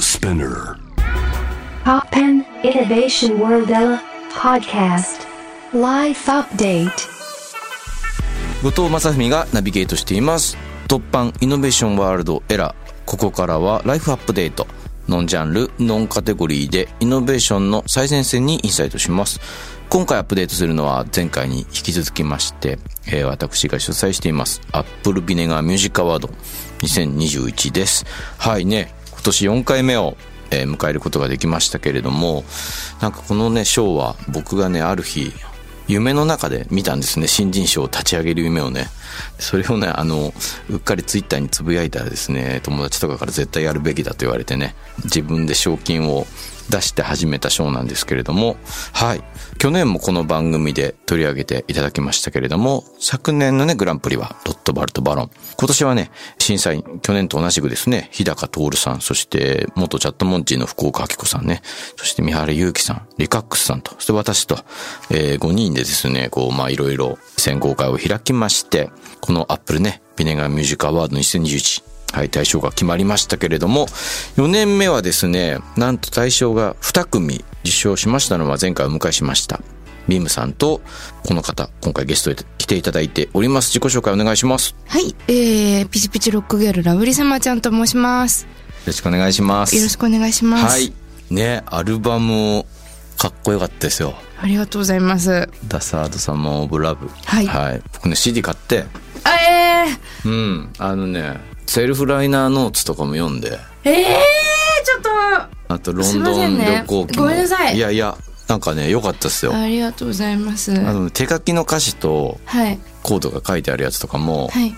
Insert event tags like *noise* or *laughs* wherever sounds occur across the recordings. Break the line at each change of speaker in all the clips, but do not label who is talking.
Spinner.
Poppen Innovation World Podcast Life Update
後藤正文がナビゲートしています突版イノベーションワールドエラーここからはライフアップデートノンジャンルノンカテゴリーでイノベーションの最前線にインサイトします今回アップデートするのは前回に引き続きまして、えー私が主催していますアップルビネガーミュージックアワード2021ですはいね今年4回目をえー迎えることができましたけれどもなんかこのね賞は僕がねある日夢の中で見たんですね新人賞を立ち上げる夢をねそれをねあのうっかりツイッターにつぶやいたらですね友達とかから絶対やるべきだと言われてね自分で賞金を出して始めた賞なんですけれどもはい去年もこの番組で取り上げていただきましたけれども昨年のねグランプリはロットバルトバロン今年はね審査員去年と同じくですね日高徹さんそして元チャットモンチーの福岡明子さんねそして三原祐樹さんリカックスさんとそして私と、え5人でですねこうまあいろいろ選考会を開きましてこのアップルねビネガーミュージックアワード2021はい、大賞が決まりましたけれども、4年目はですね、なんと大賞が2組受賞しましたのは前回お迎えしました。ビームさんと、この方、今回ゲストで来ていただいております。自己紹介お願いします。よ
はい、えー、ピチピチロックギャルラブリサマちゃんと申します。
ろしくお願いします。
よろしくお願いします。
はい。ね、アルバム、かっこよかったですよ。
ありがとうございます。
ダサードサマーオブラブ。
はい
僕ね、CD 買って、
あえ
うん、あのね、セルフライナーノーツとかも読んで、
ー、えー、ちょっと、
あとロンドン旅行記も。
すいませんねごめんなさい
いやいや、なんかね、良かったですよ。
ありがとうございます。
あ
は
の手書きの歌詞と
い、
コードが書いてあるやつとかも、
はい。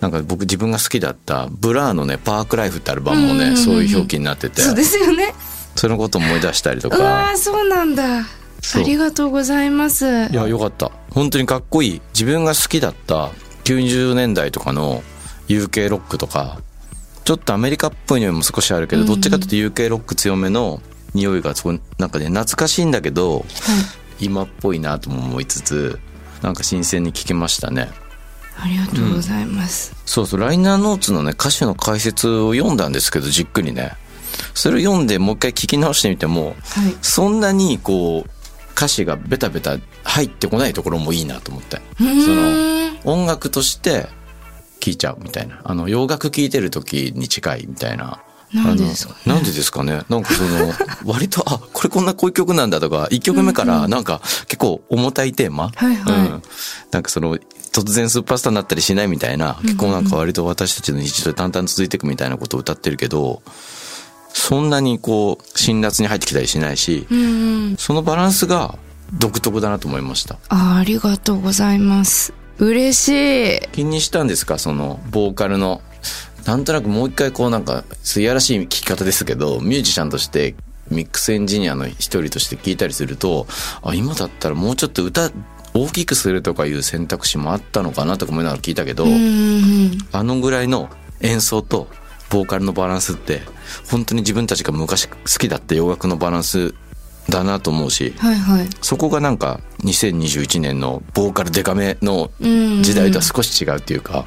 なんか僕自分が好きだったブラーのね「パークライフ」ってアルバムも
うんうんうん
ね
うん
そういう表記になってて
そうですよね。
そのことを思い出したりと
うわ
か
ー、そうなんだ。あ
そう
りがとうございます。
いやよかった本当にかっこいい自分が好きだった90年代とかの UK ロックとかちょっとアメリカっぽい匂いも少しあるけど、どっちかというと UK ロック強めの匂いがそこなんかね懐かしいんだけど今っぽいなとも思いつつなんか新鮮に聞きましたね。
ありがとうございます。
そうそう、ライナーノーツのね、歌手の解説を読んだんですけど、じっくりね。それを読んで、もう一回聞き直してみても、
はい。
そんなに、こう、歌詞がベタベタ入ってこないところもいいなと思って。
う
その、
ーん。
音楽として、聴いちゃうみたいな。あの、洋楽聴いてる時に近いみたいな。
なんでですかね
あのなんでですかねなんかそ
*laughs*
の、割と、あ、これこんなこういう曲なんだとか、1曲目からなんか結構重たいテーマ、
はいはい
うん。なんかその、突然スーパースターになったりしないみたいな、結構なんか割と私たちの日常で淡々続いていくみたいなことを歌ってるけど、そんなにこう、辛辣に入ってきたりしないし、
うんうん。
そのバランスが独特だなと思いました。
あー、ありがとうございます。嬉しい。
気にしたんですかそのボーカルのなんとなくもう一回こうなんかすいやらしい聞き方ですけどミュージシャンとしてミックスエンジニアの一人として聞いたりするとあ今だったらもうちょっと歌大きくするとかいう選択肢もあったのかなとか思いながら聞いたけど、
うんうんうん。
あのぐらいの演奏とボーカルのバランスって本当に自分たちが昔好きだった洋楽のバランスだなと思うし
はいはい。
そこがなんか2021年のボーカルデカめの時代とは少し違うっていうか。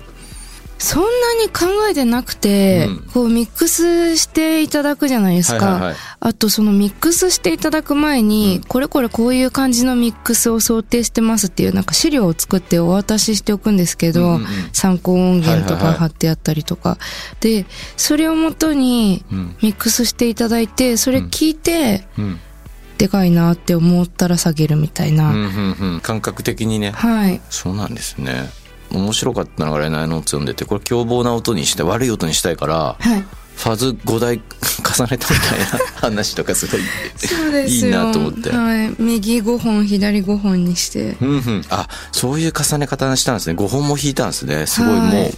そんなに考えてなくて、
うん
こうミックスしていただくじゃないですか、
はいはいはい
あとそのミックスしていただく前に、これこれこういう感じのミックスを想定してますっていうなんか資料を作ってお渡ししておくんですけど、
うんうんうん
参考音源と
はいはいは
か
い
貼ってあったりとか、でそれをもとに
うん
ミックスしていただいてそれ聞いて、
うん
でかいなって思ったら下げるみたいな、
うんうんうん感覚的にね
はい
そうなんですね面白かったのが「レナイノーツ」読んでてこれ凶暴な音にして悪い音にしたいから
はい
ファズ5台重ねたみたいな話とかすごい
そうですよ
いいなと思って
はい、右5本左5本にして
うんうんあそういう重ね方したんですね5本も弾いたんですねすごい
はい
もう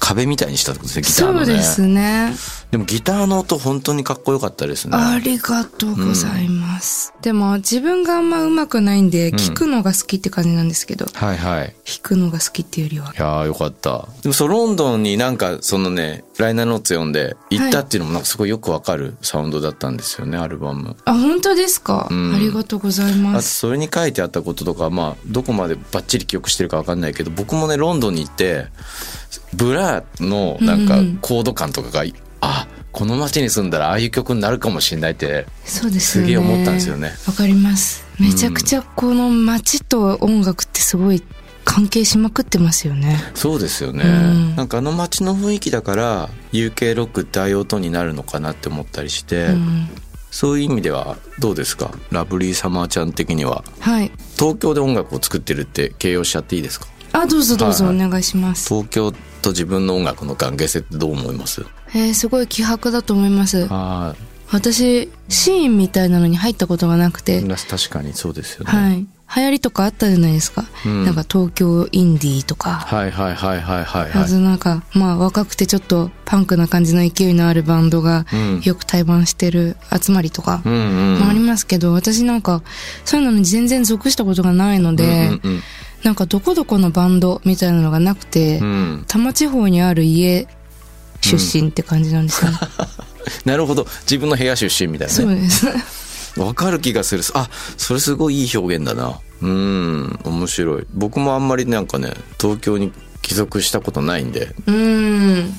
壁みたいにしたってことですねギターのね
そうですね
でもギターの音本当にかっこよかったですね
ありがとうございます、でも自分があんま上手くないんで
ん
聞くのが好きって感じなんですけど、
はいはい
弾くのが好きっていうよりはい
やーよかった。でもそう、ロンドンになんか、そのね、ライナーノーツ読んで、行ったっていうのもなんかすごいよくわかるサウンドだったんですよね、アルバム。
あ本当ですか、
うん
ありがとうござい
あ
ま
と、
す
それに書いてあったこととか、まあ、どこまでバッチリ記憶してるかわかんないけど、僕もね、ロンドンに行って、ブラのなんか
うんうん
コード感とかが、あ、この街に住んだらああいう曲になるかもしれないって
そうです
す
よね
げえ思ったんですよね
わかりますめちゃくちゃこの街と音楽ってすごい関係しまくってますよね
そうですよね、
うん
なんかあの街の雰囲気だから UK ロックってああいう音になるのかなって思ったりして、
うん
そういう意味ではどうですかラブリーサマーちゃん的には
はい
東京で音楽を作ってるって形容しちゃっていいですか
あどうぞどうぞ
は
お
い
願いします、
東京と自分の音楽の関係性ってどう思います
えーすごい気迫だと思います
あ
私シーンみたいなのに入ったことがなくて、
確かにそうですよね、
はい流行りとかあったじゃないですか、
うん
なんか東京インディーとか、
はいはいはいはいはい
あ
はい
となんかまあ若くてちょっとパンクな感じの勢いのあるバンドが
うん
よく対バンしてる集まりとか
うんうん
もありますけど、私なんかそういうのに全然属したことがないので、
うんうん
なんかどこどこのバンドみたいなのがなくて、
うんうん
多摩地方にある家出身って感じなんですよね、
なるほど自分の部屋出身みたい
そ
な
う
ね
です
*laughs* わかる気がするあそれすごいいい表現だなうん面白い僕もあんまりなんかね東京に帰属したことないんで
うーん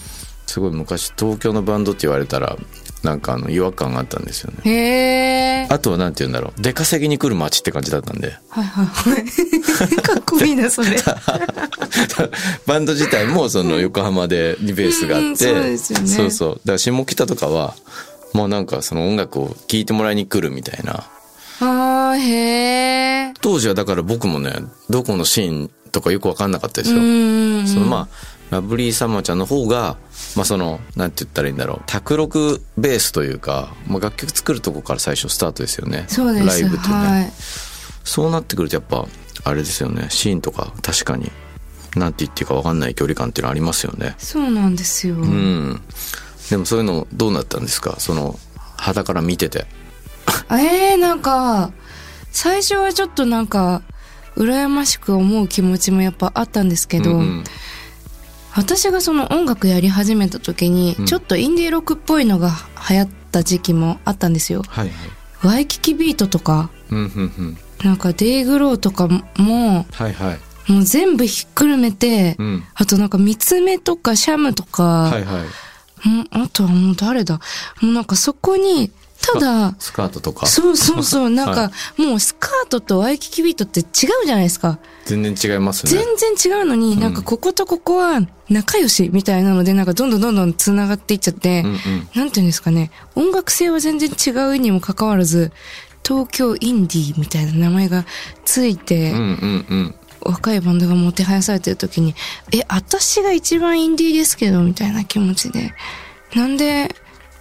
すごい昔東京のバンドって言われたらなんかあの違和感があったんですよね
へえ
あとはなんて言うんだろう出稼ぎに来る街って感じだったんで *laughs*
はいはいはいかっこいいなそれ
バンド自体もその横浜でにベースがあって、
うんそうですよね
そうそうだから下北とかはもうなんかその音楽を聴いてもらいに来るみたいな
あーへえ
当時はだから僕もねどこのシーンとかよく分かんなかったです
う
よ、
ーん
そのまあラブリーサマーちゃんの方がまあそのなんて言ったらいいんだろう卓録ベースというか、まあ、楽曲作るとこから最初スタートですよね
そうです
ライブってね、
はい
そうなってくるとやっぱあれですよねシーンとか確かになんて言っていいか分かんない距離感っていうのありますよね
そうなんですよ、
うんでもそういうのどうなったんですかその肌から見てて
えー、なんか最初はちょっとなんか羨ましく思う気持ちもやっぱあったんですけど、
うんうん
私がその音楽やり始めた時に、
うん
ちょっとインディーロックっぽいのが流行った時期もあったんですよ
はいはい
ワイキキビートとか
うんうんうん
なんかデイグローとかも
はいはい
もう全部ひっくるめて、
うん
あとなんか三つ目とかシャムとか、
はいはい
うんあとはもう誰だもうなんかそこにただ
スカートとか
そうそうそう、なんか、もうスカートとワイキキビートって違うじゃないですか。
全然違いますね
全然違うのに、なんかこことここは仲良しみたいなので、なんかどんどんどんどん繋がっていっちゃって、
うんうん
なんていうんですかね、音楽性は全然違うにもかかわらず、東京インディーみたいな名前がついて、
うんうんうん
若いバンドがもてはやされてる時に、え、私が一番インディーですけど、みたいな気持ちで、なんで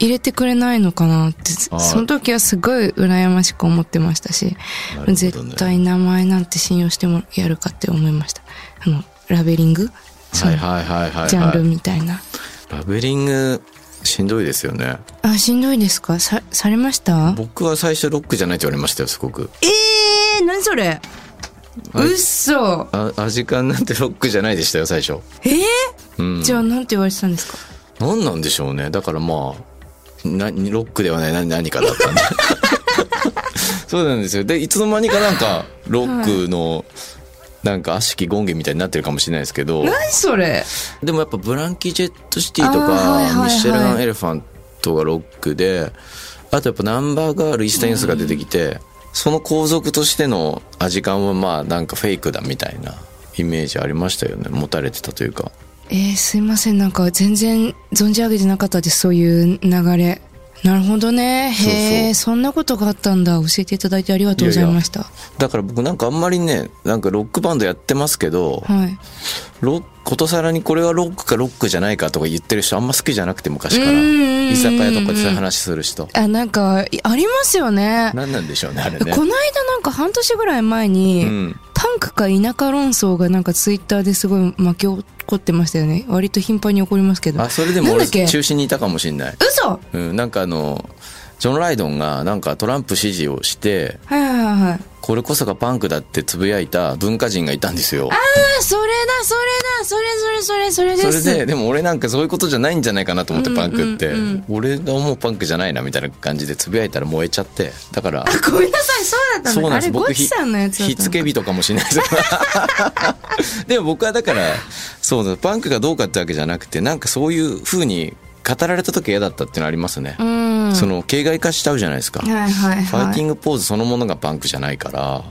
入れてくれないのかなって、
あー
その時はすごい羨ましく思ってましたし、
なるほどね
絶対名前なんて信用してもやるかって思いました。あの、ラベリングそ
は
の
いはいはいはい、はい、
ジャンルみたいな。
ラベリングしんどいですよね
あ、しんどいですかさ、されました
僕は最初ロックじゃないって言われましたよすごく
ええー、何それ
あ
嘘
あアジカンなんてロックじゃないでしたよ最初
ええ
うん
じゃあなんて言われてたんですか
何なんでしょうねだからまあなロックではない何何かだった *laughs* んでそうなんですよでいつの間にかなんかロックのなんか悪しき権限みたいになってるかもしれないですけど
何それ
でもやっぱブランキー・ジェット・シティとか、
あーはいはいはい
ミシェル・ガン・エレファントがロックであとやっぱナンバーガール・イースタインスが出てきて、その皇族としてのアジカンはまあなんかフェイクだみたいなイメージありましたよね持たれてたというか
えー、すいませんなんか全然存じ上げてなかったですそういう流れなるほどねへえそんなことがあったんだ教えていただいてありがとうございました
だから僕なんかあんまりねなんかロックバンドやってますけど、
はい
ロックことさらにこれはロックかロックじゃないかとか言ってる人あんま好きじゃなくて昔から
うんうんうんうん
居酒屋とかでそういう話する人
あなんかいありますよね
何なんでしょうねあれ
こ
ね
の間なんか半年ぐらい前
う
に、
ん
パンクか田舎論争がなんかツイッターですごい巻き起こってましたよね割と頻繁に起こりますけど
あそれでも
なんだ
俺
っけ
中心にいたかもしんない
嘘はい
うん、なんかあのジョン・ライドンがなんかトランプ支持をして
はいはいはい
これこそがパンクだってつぶやいた文化人がいたんですよ
あそれだそれだそれそれそれそれ
それ
です
ででも俺なんかそういうことじゃないんじゃないかなと思ってパンクって、
うんうんうん
俺が思うパンクじゃないなみたいな感じでつぶやいたら燃えちゃってだから
あ *laughs* ごめんなさいそうだった
そ
の
うなん
あ
です
れゴ
僕
チさんのやつだったの
ひつけ火とかもしないですよ *laughs* でも僕はだからそうだパンクがどうかってわけじゃなくてなんかそういう風に語られた時嫌だったっていうのありますね
う、ん
その形骸化しちゃうじゃないですか、
はいはい
ファイ
は
ティ
い
ングポーズそのものがパンクじゃないから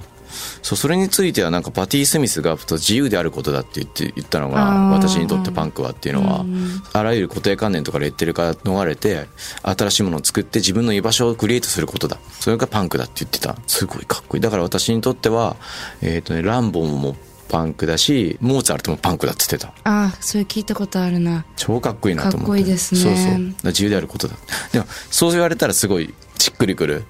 そうそれについてはなんかパティ・スミスが自由であることだって言って言ったのが
あー
私にとってパンクはっていうのはあらゆる固定観念とかレッテルから逃れて新しいものを作って自分の居場所をクリエイトすることだそれがパンクだって言ってたすごいかっこいいだから私にとっては、えーとね、ランボーもパンクだしモーツァルトもパンクだって言ってた
あそれ聞いたことあるな
超かっこいいなと思って
かっこいいですね
そうそうだから自由であることだでもそう言われたらすごいしっくりくる、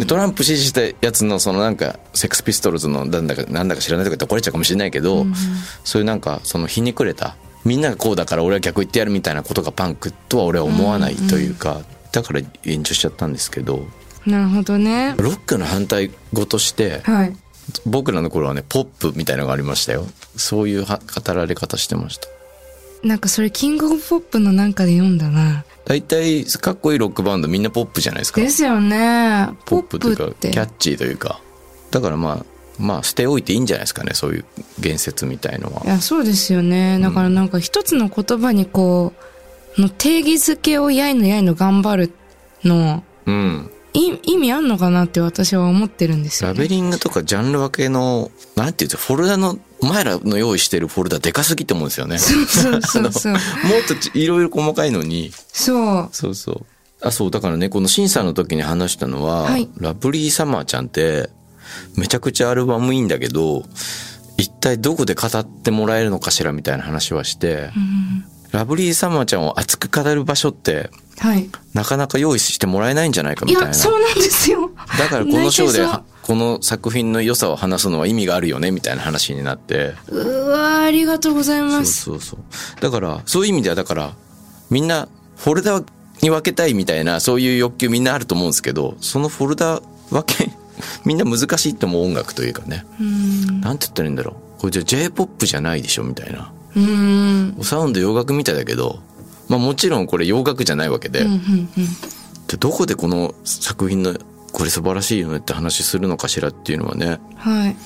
でトランプ支持したやつのそのなんかセックスピストルズのなんだかなんだか知らないとか言って怒られちゃうかもしれないけど、そういうなんかそのひねくれたみんながこうだから俺は逆言ってやるみたいなことがパンクとは俺は思わないというか、だから延長しちゃったんですけど
なるほどね
ロックの反対語として
はい
僕らの頃はねポップみたいなのがありましたよそういうは語られ方してました
なんかそれキングオブポップのなんかで読んだな
大体かっこいいロックバンドみんなポップじゃないですか
ですよね
ポップという
ポ
か
ップ
キャッチーというかだからまあまあ捨ておいていいんじゃないですかねそういう言説みたいの
い
は
やそうですよねだからなんか一つの言葉にこうの定義づけをやいのやいの頑張るの
うん
い意味あんのかなって私は思ってるんですよ、
ラ
ね、
ベリングとかジャンル分けのなんていうんですかフォルダのお前らの用意してるフォルダでかすぎって思うんですよ
*laughs*
ね
そうそうそう
もっとちいろいろ細かいのに
そう
そうそうあそうだからねこの審査の時に話したのは、
はい
ラブリーサマーちゃんってめちゃくちゃアルバムいいんだけど一体どこで語ってもらえるのかしらみたいな話はして、ラブリーサマーちゃんを熱く語る場所って
はい
なかなか用意してもらえないんじゃないか
い
みたいな。
やそうなんですよ
だからこの章で
泣いちゃい
この作品の良さを話すのは意味があるよねみたいな話になって。
そううわーありがとうござい
そ
ま
う
す
そうそう。だから、そういう意味ではだから、みんなフォルダに分けたいみたいな、そういう欲求みんなあると思うんですけど、そのフォルダ分け、 *laughs* みんな難しいと思う音楽というかね。
うん
なんて言ったらいいんだろう。これじゃ J-POP じゃないでしょみたいな。
うーん
サウンド洋楽みたいだけど、まあもちろんこれ洋楽じゃないわけで、
うんうんうん
でどこでこの作品のこれ素晴らしいよねって話するのかしらっていうのはね
はい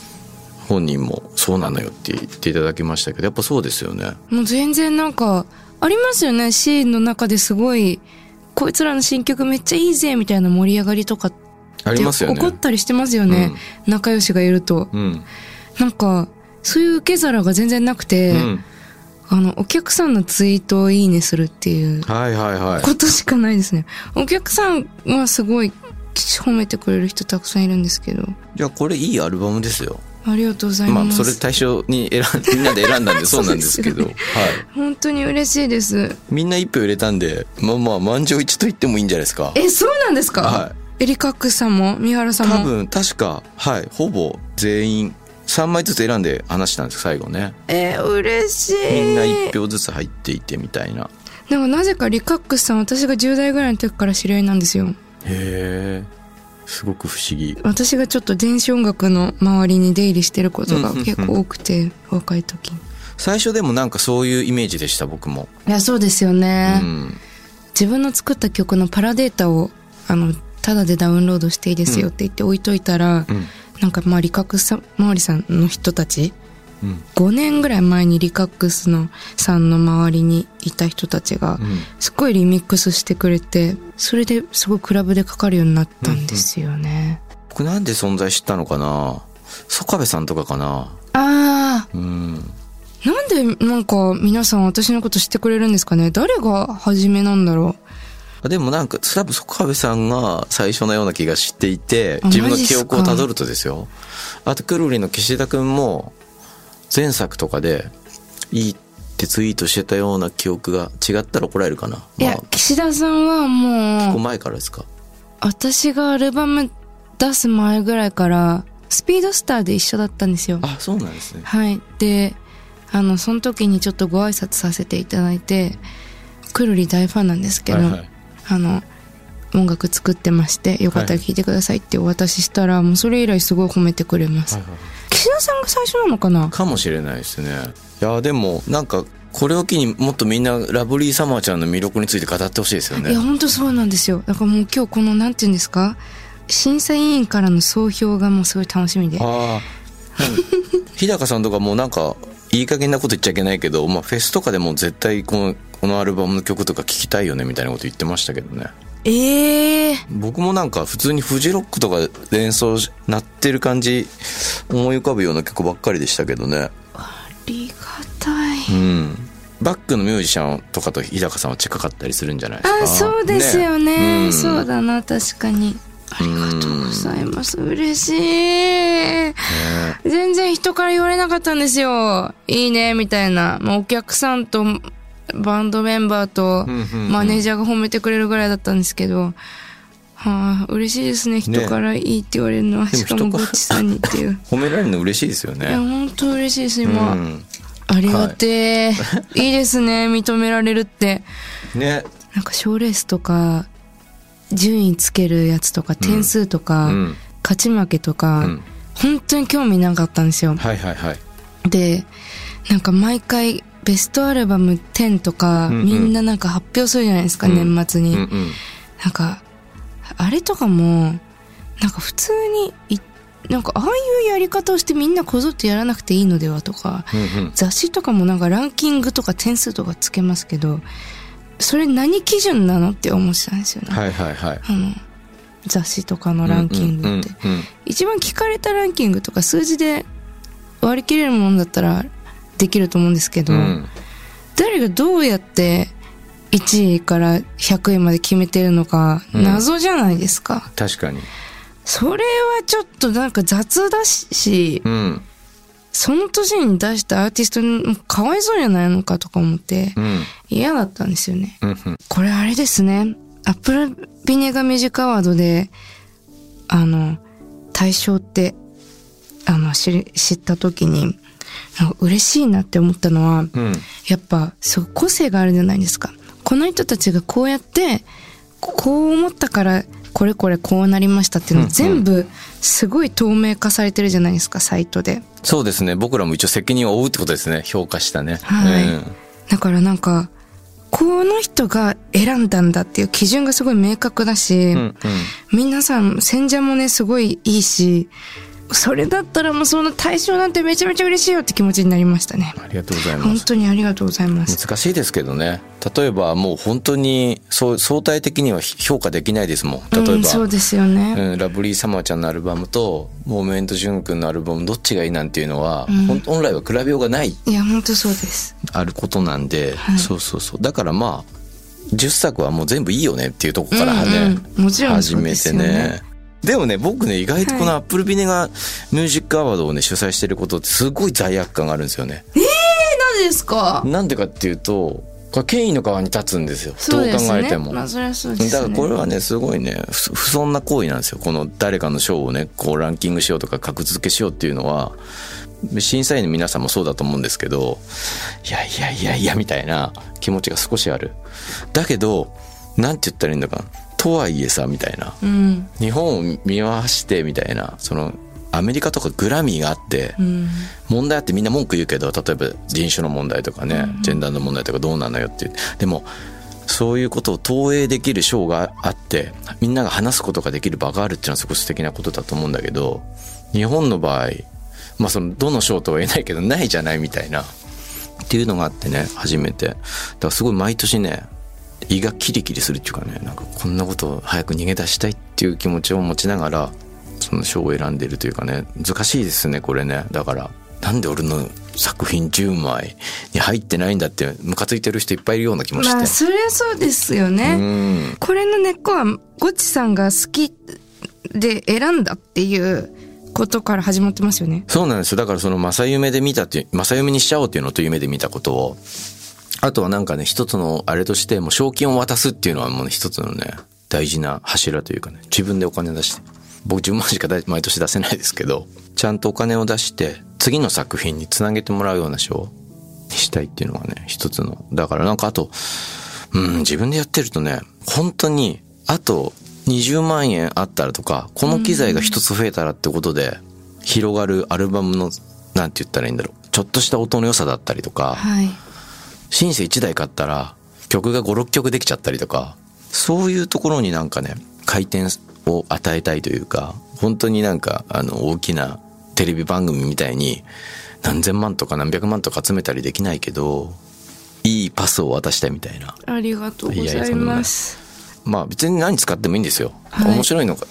本人もそうなのよって言っていただきましたけどやっぱそうですよね
もう全然なんかありますよねシーンの中ですごいこいつらの新曲めっちゃいいぜみたいな盛り上がりとか
ありますよ
怒っ
ね
たりしてますよね、仲良しがいると
うん
なんかそういう受け皿が全然なく
う
て、
ん
あのお客さんのツイートをいいねするっていう
はいはいはい
ことしかないですねお客さんはすごい褒めてくれる人たくさんいるんですけど
じゃあこれいいアルバムですよ
ありがとうござい
まあ
ま
そ
す、
れ対象に選んみんなで選んだんでそうなんですけど
*laughs* そう
はい
で本当に嬉しいです
みんな一票入れたんでまあまあ満場一致と言ってもいいんじゃないですか
えそうなんですか、
は
エリカックさんも三原さんも
多分確かはいほぼ全員3枚ずつ選んで話したんです最後ね
えー、嬉しい
みんな1票ずつ入っていてみたいな
でもなぜかリカックスさん私が10代ぐらいの時から知り合いなんですよ
へえすごく不思議
私がちょっと電子音楽の周りに出入りしてることが
うんうんうん
結構多くて若い時に
最初でもなんかそういうイメージでした僕も、
いやそうですよ
う
ね、
ん、
自分の作った曲のパラデータをあのただでダウンロードしていいですよって言って置いといたら、
うん
なんかまあリカックスさん周りさんの人たち
うん
5年ぐらい前にリカックスのさんの周りにいた人たち
う
が
ん
すっごいリミックスしてくれてそれですごいクラブでかかるようになったんですよね、
僕なんで存在したのかな曽我部さんとかかな
あ
うん
あなんでなんか皆さん私のこと知ってくれるんですかね誰が初めなんだろ
あでもなんか多分曽我部さんが最初のような気がしていて
あ
自分の
マジっ
記
すか
憶をたどるとですよあとくるりの岸田くんも前作とかでいいってツイートしてたような記憶が違ったら怒られるかな
うい
まあ
や岸田さんは
結構
もう
前からですか
私がアルバム出す前ぐらいからスピードスターで一緒だったんですよ
あそうなんですね
はいであのその時にちょっとご挨拶させていただいてくるり大ファンなんですけど、
はいはい
あの音楽作ってましてよかったら聴いてくださいってお渡ししたら、もうそれ以来すごい褒めてくれます、岸田さんが最初なのかな
かもしれないですねいやでもなんかこれを機にもっとみんなラブリーサマーちゃんの魅力について語ってほしいですよね
いや本当そうなんですよだからもう今日このなんて言うんですか審査委員からの総評がもうすごい楽しみで
ああ日高さんとかもうなんかいい加減なこと言っちゃいけないけど、まあ、フェスとかでも絶対このこのアルバムの曲とか聴きたいよねみたいなこと言ってましたけどね
ええー、
僕もなんか普通にフジロックとかで演奏しなってる感じ思い浮かぶような曲ばっかりでしたけどね
ありがたい。
うんバックのミュージシャンとかと日高さんは近かったりするんじゃないですか
あ、そうですよね。
うん
そうだな、確かに。ありがとうございます。嬉しい。全然人から言われなかったんですよ。いいね、みたいな。もうお客さんと、バンドメンバーと、マネージャーが褒めてくれるぐらいだったんですけど、はあ、嬉しいですね。人からいいって言われるのは、
も
しか
人
も
か
ゴ
ら
ッチさん
*laughs*
にっていう。
褒められるの嬉しいですよ
いや、
ね
本当嬉しいです、
う
今。
ん
ありがてえ。いいですね、認められるって。
ね
なんか賞レースとか順位つけるやつとか点数とか、
うん
勝ち負けとか、
うん
本当に興味なかったんですよ。
はいはいはい
でなんか毎回ベストアルバム10とか、
うんうん
みんななんか発表するじゃないですか、
うん
年末
う
に。
んうん
なんかあれとかもなんか普通にいなんかああいうやり方をしてみんなこぞってやらなくていいのではとか、
うんうん
雑誌とかもなんかランキングとか点数とかつけますけどそれ何基準なのって思ってたんですよね、
はいはいはい
あの雑誌とかのランキングって、
うんうんうん
一番聞かれたランキングとか数字で割り切れるものだったらできると思うんですけど、
うん
誰がどうやって1位から100位まで決めてるのか
うん
謎じゃないですか、
確かに
それはちょっとなんか雑だし、
うん
その年に出したアーティストにかわいそうじゃないのかとか思って
うん
嫌だったんですよね。
うんうん
これあれですね。アップルビネガミュージックアワードで、あの、大賞って、あの、知り知った時に、なんか嬉しいなって思ったのは、
うん
やっぱ、すごい個性があるじゃないですか。この人たちがこうやって、ここう思ったから、これこれこうなりましたっていうの
うん
全部、すごい透明化されてるじゃないですか、サイトで。
そうですね僕らも一応責任を負うってことですね評価したね
はい
うん
だからなんか、この人が選んだんだっていう基準がすごい明確だし、
うんうん
皆さん選者もね、すごいいいし、それだったらもうその対象なんてめちゃめちゃ嬉しいよって気持ちになりましたね。
ありがとうございま
本
す
当にありがとうございます。
難しいですけどね例えばもう本当にそう相対的には評価できないですもん例えば、
うん、そうですよね。
うんラブリーサマーちゃんのアルバムとモーメントジュン君のアルバムどっちがいいなんていうのは、
ん
ほん本来は比べようがない
いや、本当そうです。
あることなんで、
い
そうそうそうだからまあ10作はもう全部いいよねっていうとこからね、
うんうん、もちろん
始
そうで
め
す
て
よね。
ね。でもね、僕ね、意外とこ
は
のアップルビネがミュージックアワードをね、主催してることってすごい罪悪感があるんですよね。
え、なんでですか
なんでかっていうと、これ権威の側に立つんですよ。
そうで
どう
す
考え
ね。
ても。
まあ、それはそうです
だ
ね。
からこれはね、すごいね、不不尊な行為なんですよ。この誰かの賞をね、こうランキングしようとか格付けしようっていうのは、審査員の皆さんもそうだと思うんですけど、いやいやいやいやみたいな気持ちが少しある。だけど、なんて言ったらいいんだかな。とはいえさ、みたいな。
うん。
日本を見回してみたいなそのアメリカとかグラミーがあって、
うん。
問題あってみんな文句言うけど例えば人種の問題とかね、ジェンダーの問題とかどうなのよっていうでもそういうことを投影できる賞があってみんなが話すことができる場があるっていうのはすごい素敵なことだと思うんだけど日本の場合まあそのどの賞とは言えないけどないじゃないみたいなっていうのがあってね初めてだからすごい毎年ね胃がキリキリするっていうかねなんかこんなことを早く逃げ出したいっていう気持ちを持ちながらその賞を選んでるというかね難しいですねこれねだからなんで俺の作品10枚に入ってないんだってムカついてる人いっぱいいるような気もして、
まあ、それはそうですよね。
うん
これの根っこはゴチさんが好きで選んだっていうことから始まってますよね。
そうなんですよだからその正夢で見たっていう正夢にしちゃおうっていうのと夢で見たことをあとはなんかね一つのあれとしてもう賞金を渡すっていうのはもう一つのね大事な柱というかね自分でお金出して僕10万しかだ毎年出せないですけどちゃんとお金を出して次の作品につなげてもらうような賞にしたいっていうのがね一つのだからなんかあとうん自分でやってるとね本当にあと20万円あったらとかこの機材が一つ増えたらってことで広がるアルバムのなんて言ったらいいんだろうちょっとした音の良さだったりとか、
はい。
シンセ1台買ったら曲が56曲できちゃったりとかそういうところになんかね回転を与えたいというか本当になんかあの大きなテレビ番組みたいに何千万とか何百万とか集めたりできないけどいいパスを渡したみたいな。
ありがとうございます。
まあ別に何使ってもいいんですよ。
はい
面白いのが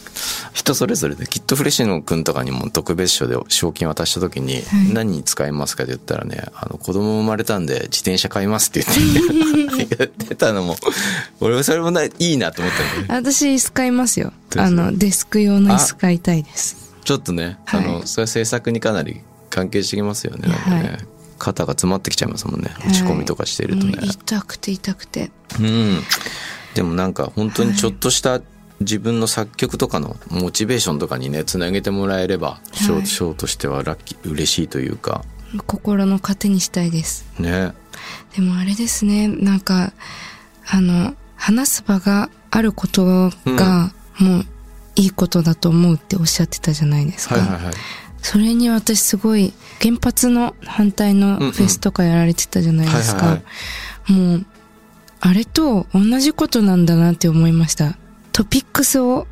人それぞれで、きっとフレッシュの君とかにも特別賞で賞金渡した時に、何に使いますかって言ったらね、あの子供生まれたんで自転車買いますって言って言ってたのも、俺はそれもないいいなと思ったんだけど、
私、椅子買いますよ。
ですね
あの、デスク用の椅子買いたいです。
ちょっとね、
はい
あの、それは制作にかなり関係してきますよね。なんかね
はい
肩が詰まってきちゃいますもんね。打ち込みとかしてるとね。
はいもう痛くて痛くて。
うん、でもなんか本当にちょっとした自分の作曲とかのモチベーションとかにねつなげてもらえれば賞、
はい
賞としてはラッキー嬉しいというか
心の糧にしたいです。
ね
でもあれですね、なんか、あの、話す場があることが、もう、いいことだと思うっておっしゃってたじゃないですか。
はいはいはい
それに私すごい原発の反対のフェスとかやられてたじゃないです
うんうんは
か
い。
もう、あれと同じことなんだなって思いました。トピックスを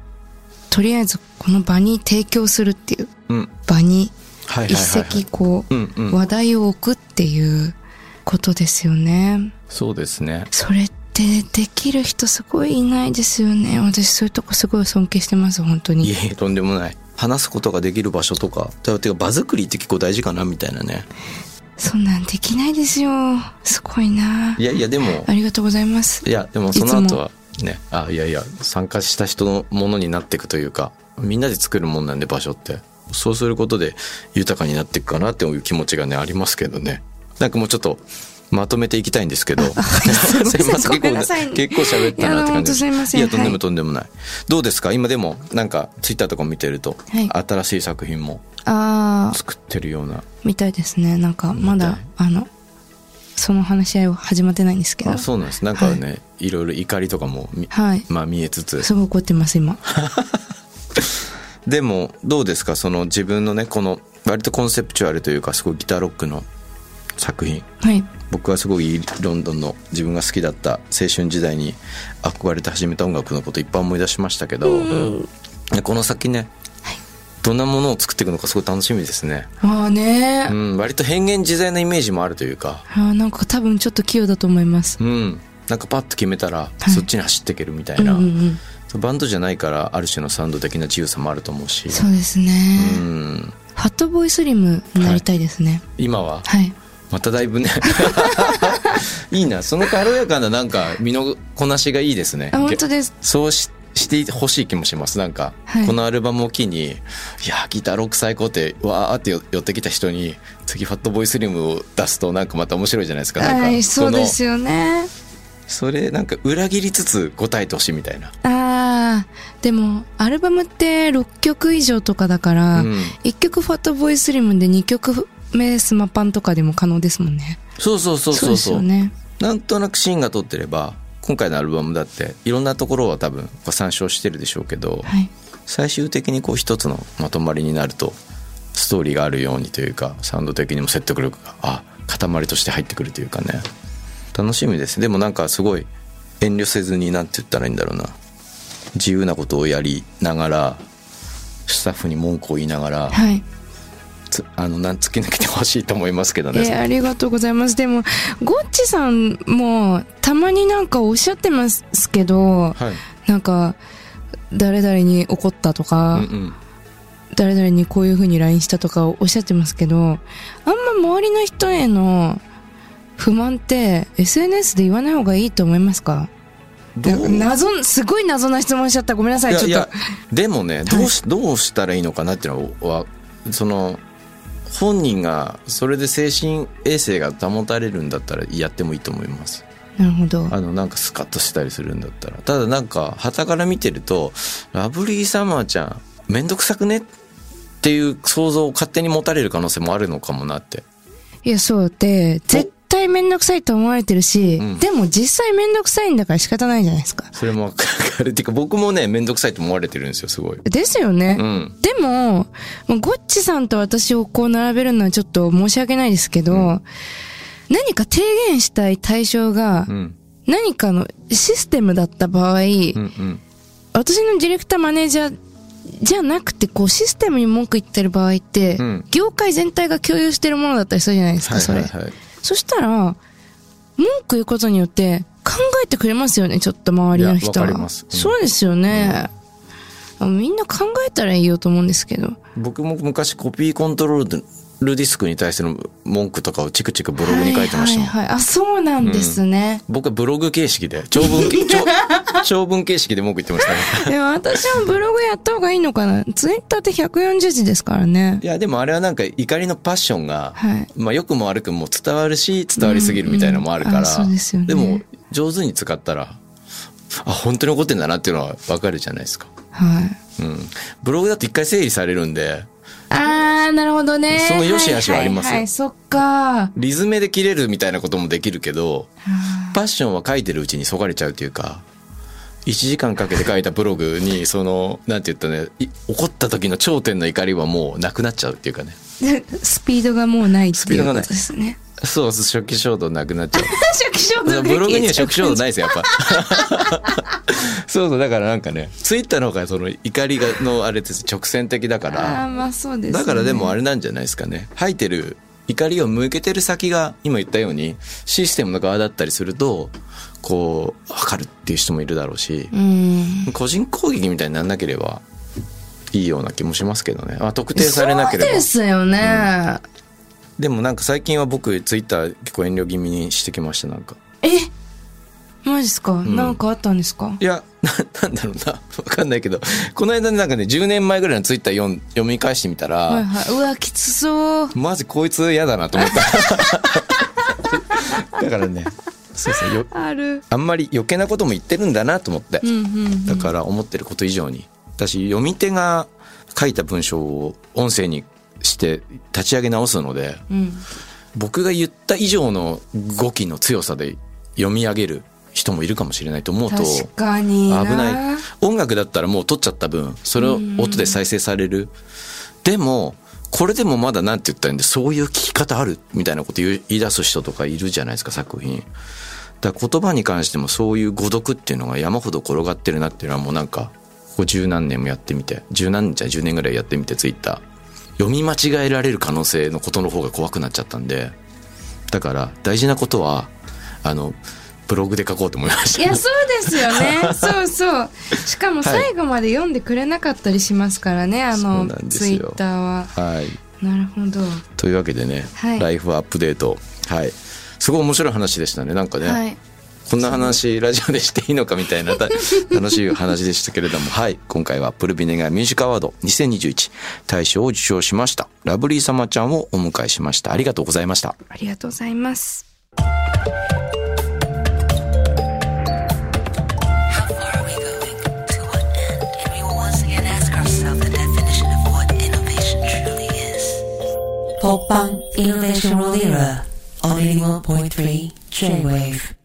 とりあえずこの場に提供するっていう
うん
場に
はいはいはいはい
一石こ
うんう
うん話題を置くっていうことですよね。
そうですね
それってできる人すごいいないですよね。私そういうとこすごい尊敬してます、本当
い
に。
えいえとんでもない話すことができる場所とかだてか場作りって結構大事かなみたいなね
そんなんできないですよ。すごいない
やいやでも
ありがとうございます
い。やでもその後はねあいやいや参加した人のものになっていくというかみんなで作るもんなんで場所ってそうすることで豊かになっていくかなっていう気持ちがねありますけどねなんかもうちょっとまとめていきたいんです
*laughs*
けどす *laughs*
いませ
結
んごめん
構
なさいね
結構喋ったなって感じです
いや本当すいませ
い
ん
やとんで
は
も
い
とんでもない、どうですか今でもなんかツイッターとか見てると、
はい
新しい作品も
ああ、
作ってるような
みたいですね。なんか、まだ、あの、その話し合いは始まってないんですけど。
あそうなんですなんかね、い、ろいろ怒りとかもみ、
はい。
まあ見えつつ
すごい怒ってま
*laughs*
す、今。
でもどうですかその自分のねこの割とコンセプチュアルというかすごいギターロックの作品
はい。
僕はすごいロンドンの自分が好きだった青春時代に憧れて始めた音楽のこといっぱい思い出しましたけど、でこの先ね、どんなものを作っていくのかすごい楽しみですね、
ああね
う
ー。
ん、割と変幻自在なイメージもあるというか
あーなんか多分ちょっと器用だと思います。
うんなんかパッと決めたら
い
そっちに走っていけるみた
う
い
んう
な、
んうん。
バンドじゃないからある種のサウンド的な自由さもあると思うし
そうですね。
うん
ファットボーイスリムになりたいですね。
今は
はい。
まただいぶね *laughs* いいなその軽やかななんか身のこなしがいいですね
あ、本当です。
そうししてほしい気もしますなんか、
はい
このアルバムを機に「いやギターロック最高」ってわーってよ寄ってきた人に次「ファットボーイスリム」を出すとなんかまた面白いじゃないですかなんか、
はい、そうで
の
すよね。
それなんか裏切りつつ答えてほしいみたいな、
ああ、でも、アルバムって6曲以上とかだから、
うん
1曲ファットボーイスリムで2曲目スマパンとかでも可能ですもんね。
そうそうそうそうそう
ですよね。
なんとなくシーンが通ってれば今回のアルバムだっていろんなところは多分ご参照してるでしょうけど、
はい。
最終的にこう一つのまとまりになるとストーリーがあるようにというかサウンド的にも説得力があ塊として入ってくるというかね楽しみですでもなんかすごい遠慮せずになんて言ったらいいんだろうな自由なことをやりながらスタッフに文句を言いながら
はい。
つあのなん突き抜けてほしいと思いますけど
え
ね、
ーありがとうございます。でも、ゴッチさんも、たまになんかおっしゃってますけ
は
ど、
い、
なんか、誰々に怒ったとか、
うんうん、
誰々にこういう風に LINE したとかおっしゃってますけど、あんま周りの人への不満って、SNS で言わない方がいいと思いますか
どう
謎、すごい謎な質問しちゃった。ごめんなさい、ちょっと。
でもねどうし、どうしたらいいのかなっていうのはその本人がそれで精神衛生が保たれるんだったらやってもいいと思います
なるほど。
あのなんかスカッとしたりするんだったらただなんか傍から見てるとラブリーサマーちゃんめんどくさくねっていう想像を勝手に持たれる可能性もあるのかもなって
いや、そうで、絶対めんどくさいと思われてるし、
うん
でも実際めんどくさいんだから仕方ないじゃないですか。
それも分かるっていうか僕もねめんどくさいと思われてるんですよすごい
ですよね。
うん
でも、まあゴッチさんと私をこう並べるのはちょっと申し訳ないですけど、何か提言したい対象が
う、ん
何かのシステムだった場合、
うんうん
私のディレクターマネージャーじゃなくて、こうシステムに文句言ってる場合って、
うん
業界全体が共有してるものだったりするじゃないですか、
はいはい
それ。
はい
そしたら、文句言うことによって考えてくれますよね、ちょっと周りの人
いやわかります
そうですよね。みんな考えたらいいよと思うんですけど。
僕も昔コピーコントロールディスクに対しての文句とかをチクチクブログに書いてましたもん。
はいはいはい。あ、そうなんですね。
僕はブログ形式で、長
*laughs*
文形、長長文形式で文句言ってましたね。
でも私はブログやった方がいいのかな。ツイッターって140字ですからね
い。や、でもあれはなんか怒りのパッションが、
はい
まあ良くも悪くも伝わるし、伝わりすぎるみたいなのもあるから、
うんうんあそうですよね
も上手に使ったら、あ、本当に怒ってんだなっていうのはわかるじゃないですか。
はい。
うん。ブログだと一回整理されるんで、
あー、なるほどね。
その良し悪しはありますよ
はいはいはい、そっか。 *laughs*
リズメで切れるみたいなこともできるけど、パッションは書いてるうちにそがれちゃうというか、1時間かけて書いたブログに、その、なんて言ったね、い怒った時の頂点の怒りはもうなくなっちゃうっていうかね。
でスピードがもうないっていうことですね。
そう、初期衝動なくなっちゃう。
初期 *laughs* 衝動が消えちゃう
ブログには初期衝動ないですよ、やっぱ。そうそう、だからなんかね、ツイッターの方がその怒りがのあれです直線的だか
*laughs* あー、
ら、
まあそうです、ね。
だからでもあれなんじゃないですかね。吐いてる、怒りを向けてる先が、今言ったように、システムの側だったりすると、こう、わかるっていう人もいるだろうし、
うん。
個人攻撃みたいにならなければ、いいような気もしますけどね。あ、特定されなければ。
そうですよね。
でもなんか最近は僕、ツイッター結構遠慮気味にしてきました、なんか。
マジですか、
ん
なんかあったんですか
いや、な、なんだろうな。わかんないけど、この間ねなんかね、10年前ぐらいのツイッター読ん読み返してみたら、
はいはい。うわ、きつそう。
マジこいつ嫌だなと
*laughs*
思った。だからね、そうそうよ、
ある。
あんまり余計なことも言ってるんだなと思って
う。んうん。
だから思ってること以上に、私、読み手が書いた文章を音声にして立ち上げ直すので、
うん。
僕が言った以上の語気の強さで読み上げる人もいるかもしれないと思うと、
確かにな。
危ない音楽だったらもう撮っちゃった分それを音で再生されるでもこれでもまだなんて言ったらいいんでそういう聞き方あるみたいなこと言う言い出す人とかいるじゃないですか作品だから言葉に関してもそういう誤読っていうのが山ほど転がってるなっていうのはもうなんかここ十何年もやってみて十何年じゃ10年ぐらいやってみてツイッター読み間違えられる可能性のことの方が怖くなっちゃったんでだから大事なことはあのブログで書こうと思いまし
い
た
や、そうですよ
*laughs*
ね。そうそう。しかも最後まで読んでくれなかったりしますからね、あ
そう
の
なん、です
ツイ
よ
ッターは。
はい
なるほど。
というわけでね、
はい
ライフアップデートはいすごい面白い話でしたねなんかね、
はい。
こんな話ラジオでしていいのかみたい
*laughs*
なた楽しい話でしたけれどもはい今回は「プルビネガミュージックアワード2021」大賞を受賞しましたラブリー様ちゃんをお迎えしましたありがとうございました
ありがとうございます。
How far are we going? To what end? And we will once again ask ourselves the definition of what innovation truly is. Pop Innovation World Era on 81.3 J-Wave.